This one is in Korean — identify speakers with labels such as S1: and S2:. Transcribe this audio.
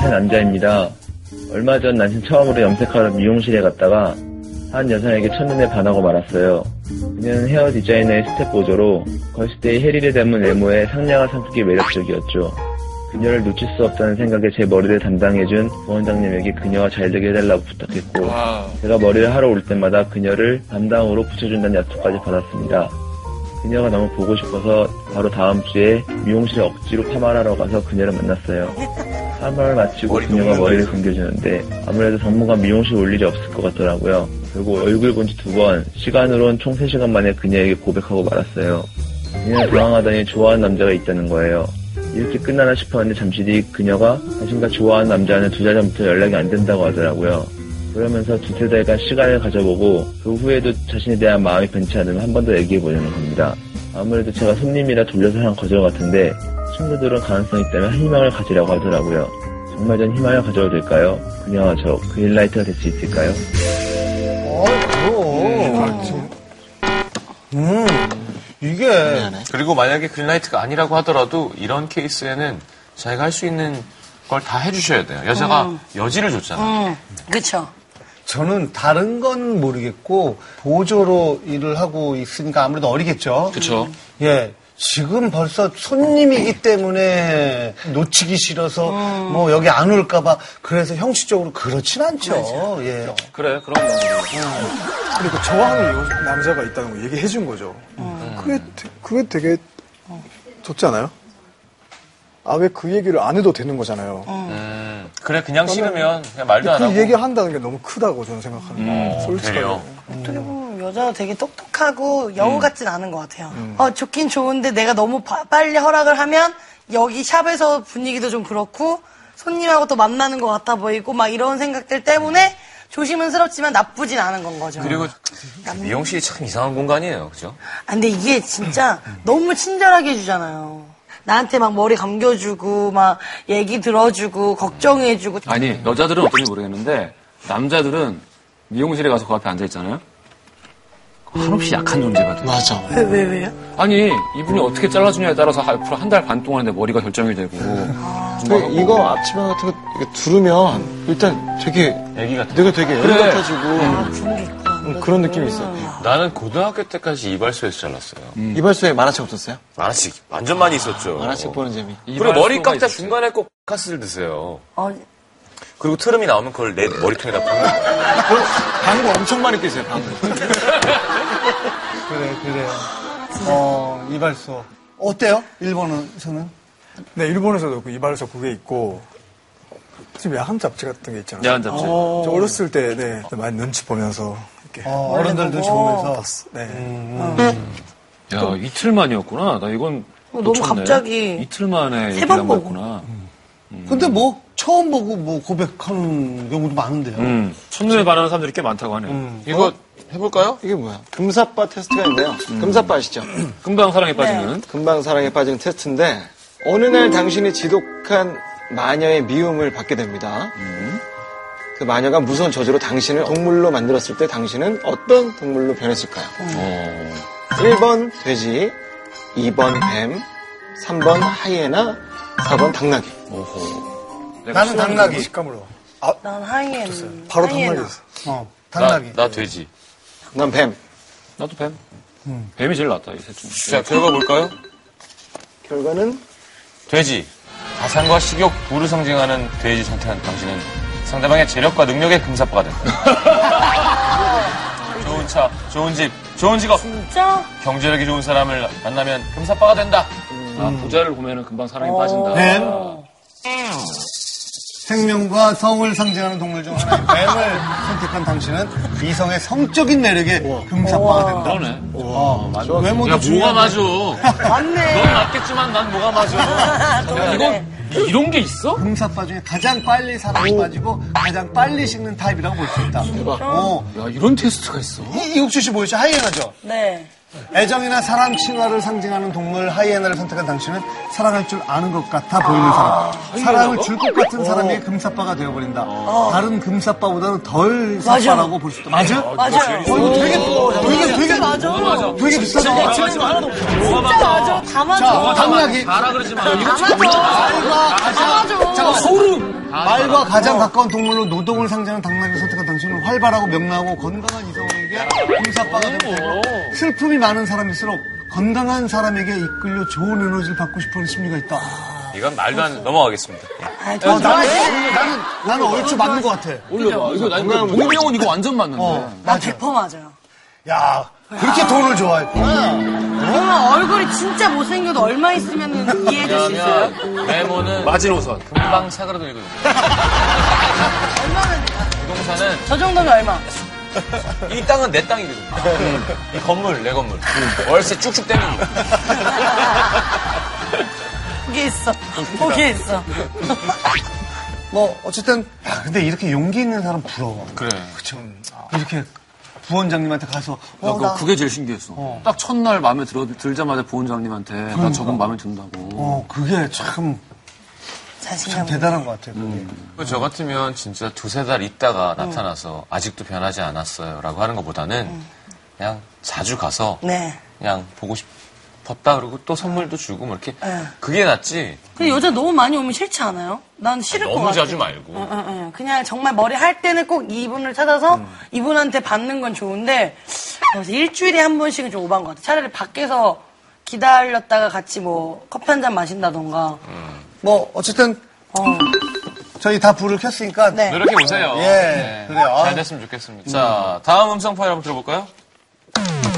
S1: 살 남자입니다. 얼마 전 난생 처음으로 염색하러 미용실에 갔다가 한 여성에게 첫눈에 반하고 말았어요. 그녀는 헤어 디자이너의 스텝 보조로 걸스데이 해리를 닮은 외모에 상냥한 성격이 매력적이었죠. 그녀를 놓칠 수 없다는 생각에 제 머리를 담당해준 부원장님에게 그녀와 잘 되게 해달라고 부탁했고
S2: 와우.
S1: 제가 머리를 하러 올 때마다 그녀를 담당으로 붙여준다는 약속까지 받았습니다. 그녀가 너무 보고 싶어서 바로 다음 주에 미용실에 억지로 파마하러 가서 그녀를 만났어요. 파마를 마치고
S2: 머리
S1: 그녀가
S2: 너무
S1: 머리를 감겨주는데 아무래도 당분간 미용실 올 일이 없을 것 같더라고요. 그리고 얼굴 본 지 두 번, 시간으론 총 3시간 만에 그녀에게 고백하고 말았어요. 그녀는 당황하더니 좋아하는 남자가 있다는 거예요. 이렇게 끝나나 싶었는데 잠시 뒤 그녀가 자신과 좋아하는 남자는 두 달 전부터 연락이 안 된다고 하더라고요. 그러면서 두세 달간 시간을 가져보고 그 후에도 자신에 대한 마음이 변치 않으면 한 번 더 얘기해보려는 겁니다. 아무래도 제가 손님이라 돌려서 한 거절 같은데 친구들은 가능성이 있다면 희망을 가지라고 하더라고요. 정말 전 희망을 가져도 될까요? 그녀와 저 그린라이트가 될 수 있을까요?
S3: 어, 그럼. 음, 이게.
S2: 그리고 만약에 그린라이트가 아니라고 하더라도 이런 케이스에는 자기가 할 수 있는 걸 다 해주셔야 돼요. 여자가 여지를 줬잖아요.
S4: 음, 그쵸.
S3: 저는 다른 건 모르겠고 보조로 일을 하고 있으니까 아무래도 어리겠죠.
S2: 그쵸.
S3: 예. 지금 벌써 손님이기 때문에 놓치기 싫어서 뭐 여기 안 올까봐 그래서 형식적으로 그렇진 않죠. 예.
S2: 그래, 그럼.
S5: 그러니까 저항이 요 남자가 있다는 걸 얘기해 준 거죠.
S6: 음.
S5: 그게, 되- 그게 되게
S6: 어.
S5: 좋지 않아요? 아, 왜 그 얘기를 안 해도 되는 거잖아요.
S6: 어.
S2: 음, 그래, 그냥 싫으면 그냥 말도 안 하고.
S5: 그 얘기한다는 게 너무 크다고 저는 생각하는
S7: 음.
S5: 거예요.
S2: 어,
S5: 솔직하게.
S2: 되려.
S4: 어떻게 보면 여자가 되게 똑똑하고 여우 같진 않은 것 같아요. 어, 좋긴 좋은데 내가 너무 바- 빨리 허락을 하면 여기 샵에서 분위기도 좀 그렇고 손님하고 또 만나는 것 같아 보이고 막 이런 생각들 때문에 조심스럽지만 나쁘진 않은 건 거죠.
S2: 그리고 미용실이 참 이상한 공간이에요. 그죠?
S4: 아, 근데 이게 진짜 너무 친절하게 해주잖아요. 나한테 막 머리 감겨주고 막 얘기 들어주고 걱정해주고
S6: 아니 여자들은 어떤지 모르겠는데 남자들은 미용실에 가서 그 앞에 앉아 있잖아요. 한없이 약한 존재가 돼. 맞아.
S4: 왜 왜 왜요?
S6: 아니 이분이 어떻게 잘라주냐에 따라서 앞으로 한 달 반 동안에 내 머리가 결정이 되고.
S7: 근데 이거 앞치마 같은 거 이렇게 두르면 일단 되게
S2: 애기 같은.
S7: 내가 되게 애기
S6: 그래.
S7: 같아지고
S4: 아, 그런 게 있구나.
S7: 음,
S5: 어,
S7: 그런 느낌이 있어요.
S2: 나는 고등학교 때까지 이발소에서 잘랐어요.
S6: 음.
S7: 이발소에 만화책 없었어요?
S2: 만화씩, 완전 많이
S6: 아,
S2: 있었죠.
S7: 만화책
S5: 어.
S7: 보는 재미.
S2: 그리고 머리 깎자 중간에 꼭 가스를 드세요.
S4: 어,
S2: 그리고 트름이 나오면 그걸 내 머리통에다 박는 거예요.
S7: 광고 엄청 많이 끼세요, 광고.
S3: 그래, 그래. 어, 이발소. 어때요? 일본에서는?
S5: 네, 일본에서도 그 이발소 그게 있고, 지금 야한 잡지 같은 게 있잖아요.
S6: 야한 잡지.
S5: 저 어렸을 때, 네, 많이 눈치 보면서 이렇게.
S3: 어, 어른들도
S4: 원래
S3: 좋으면서. 음.
S5: 네.
S6: 야 이틀 만이었구나. 나 이건
S4: 너무
S6: 놓쳤네.
S4: 갑자기
S6: 이틀 만에
S4: 세번
S6: 얘기한
S4: 보고.
S6: 거였구나.
S3: 근데 뭐 처음 보고 뭐 고백하는 경우도 많은데요.
S6: 음. 첫눈에 반하는 사람들이 꽤 많다고 하네요.
S2: 음.
S7: 이거 해볼까요? 어? 이게 뭐야? 금사빠 테스트가 있네요.
S5: 음.
S7: 금사빠 아시죠?
S6: 금방 사랑에 빠지는.
S7: 금방 사랑에 빠지는 테스트인데 어느 날 당신이 지독한 마녀의 미움을 받게 됩니다.
S5: 음.
S7: 그 마녀가 무서운 저주로 당신을 동물로 만들었을 때 당신은 어떤 동물로 변했을까요? 1번 돼지, 2번 뱀, 3번 하이에나, 4번 당나귀.
S3: 나는 당나귀.
S5: 식감으로.
S4: 난 하이엔.
S5: 바로
S4: 하이에나.
S5: 당나귀였어요.
S3: 어,
S2: 나,
S3: 당나귀.
S2: 나 돼지.
S7: 난 뱀.
S6: 나도 뱀. 뱀이 제일 낫다 이 셋 중.
S2: 자, 결과 볼까요?
S7: 결과는
S2: 돼지. 가상과 식욕, 부를 상징하는 돼지 선택한 당신은 상대방의 재력과 능력의 금사빠가 된다. 좋은 차, 좋은 집, 좋은 직업,
S4: 진짜?
S2: 경제력이 좋은 사람을 만나면 금사빠가 된다.
S6: 아 부자를 보면은 금방 사랑에 빠진다.
S3: 어. 뱀? 생명과 성을 상징하는 동물 중 하나인 뱀을 선택한 당신은 이성의 성적인 매력에 금사빠가 된다. 어,
S6: 그러네.
S3: 외모도
S6: 뭐가
S3: 중요한
S6: 맞아.
S4: 맞네.
S6: 넌 맞겠지만 난 뭐가 맞아. 이거 이런 게 있어?
S3: 금사빠 중에 가장 빨리 사랑에 빠지고 가장 빨리 식는 타입이라고 볼 수 있다. 어,
S6: 야 이런 테스트가 있어.
S3: 이- 이국수 씨 보이시죠? 하이에나죠?
S4: 네.
S3: 애정이나 사람 친화를 상징하는 동물 하이에나를 선택한 당신은 사랑할 줄 아는 것 같아 보이는 사람. 사랑을 줄 것 같은 사람이 금사빠가 되어버린다. 다른 금사빠보다는 덜
S4: 아. 맞아.
S3: 사빠라고 볼 수 있다. 맞아? 어,
S4: 맞아요. 어,
S3: 이거 되게, 되게, 되게,
S4: 맞아. 맞아.
S3: 되게 비싼 거 같아.
S4: 진짜 맞아. 다 맞아.
S3: 당나귀.
S6: 알아 그러지 마.
S4: 다 맞아. 다 맞아.
S6: 소름.
S3: 말과 가장 가까운 동물로 노동을 상징하는 당나귀를 선택한 당신은 활발하고 명랑하고 건강한 이성에게 금사빠가 되고 슬픔이 많은 사람일수록 건강한 사람에게 이끌려 좋은 에너지를 받고 싶어하는 심리가 있다.
S2: 이건 말도 안 넘어가겠습니다.
S4: 아,
S3: 어,
S4: 저
S3: 나는,
S4: 좋아해.
S3: 나는, 나는 얼추 맞는 것 같아. 어,
S6: 올려봐. 이거 난 이거 동명은 이거 완전 맞는데.
S4: 나 대퍼 맞아요.
S3: 야, 그렇게 돈을 좋아했구나.
S4: 그러면 얼굴이 진짜 못생겨도 얼마 있으면 이해해줄 수 있어요?
S2: 메모는
S6: 마지노선.
S2: 금방 사그라들거든요.
S4: 얼마면 돼요?
S2: 부동산은
S4: 저 정도면 얼마?
S2: 이 땅은 내 땅이거든. 이 건물 내 건물. 월세 쭉쭉 떼는 거.
S4: 그게 있어. 그게 있어.
S3: 뭐 어쨌든 야, 근데 이렇게 용기 있는 사람 부러워.
S2: 그래.
S3: 그쵸. 이렇게 부원장님한테 가서
S6: 야,
S3: 어,
S6: 그거
S3: 나,
S6: 그게 제일 신기했어. 딱 첫날 마음에 들어, 들자마자 보원장님한테 나 저건 마음에 든다고.
S3: 어 그게 참, 참
S4: 자신감.
S3: 대단한 것 같아요. 그게.
S2: 저 같으면 진짜 두세 달 있다가 나타나서 아직도 변하지 않았어요 라고 하는 것보다는 그냥 자주 가서
S4: 네.
S2: 그냥 보고 싶었다 그러고 또 선물도 주고 뭐 이렇게 그게 낫지
S4: 근데 여자 너무 많이 오면 싫지 않아요? 난 싫을 것
S2: 너무
S4: 같아.
S2: 자주 말고
S4: 응, 응, 응. 그냥 정말 머리 할 때는 꼭 이분을 찾아서 이분한테 받는 건 좋은데 그래서 일주일에 한 번씩은 좀 오반 것 같아. 차라리 밖에서 기다렸다가 같이 뭐 커피 한 잔 마신다던가.
S3: 뭐 어쨌든
S4: 어.
S3: 저희 다 불을 켰으니까
S4: 네.
S2: 노력해 보세요
S6: 네.
S3: 예, 그래요.
S2: 잘 됐으면 좋겠습니다 자 다음 음성 파일 한번 들어볼까요?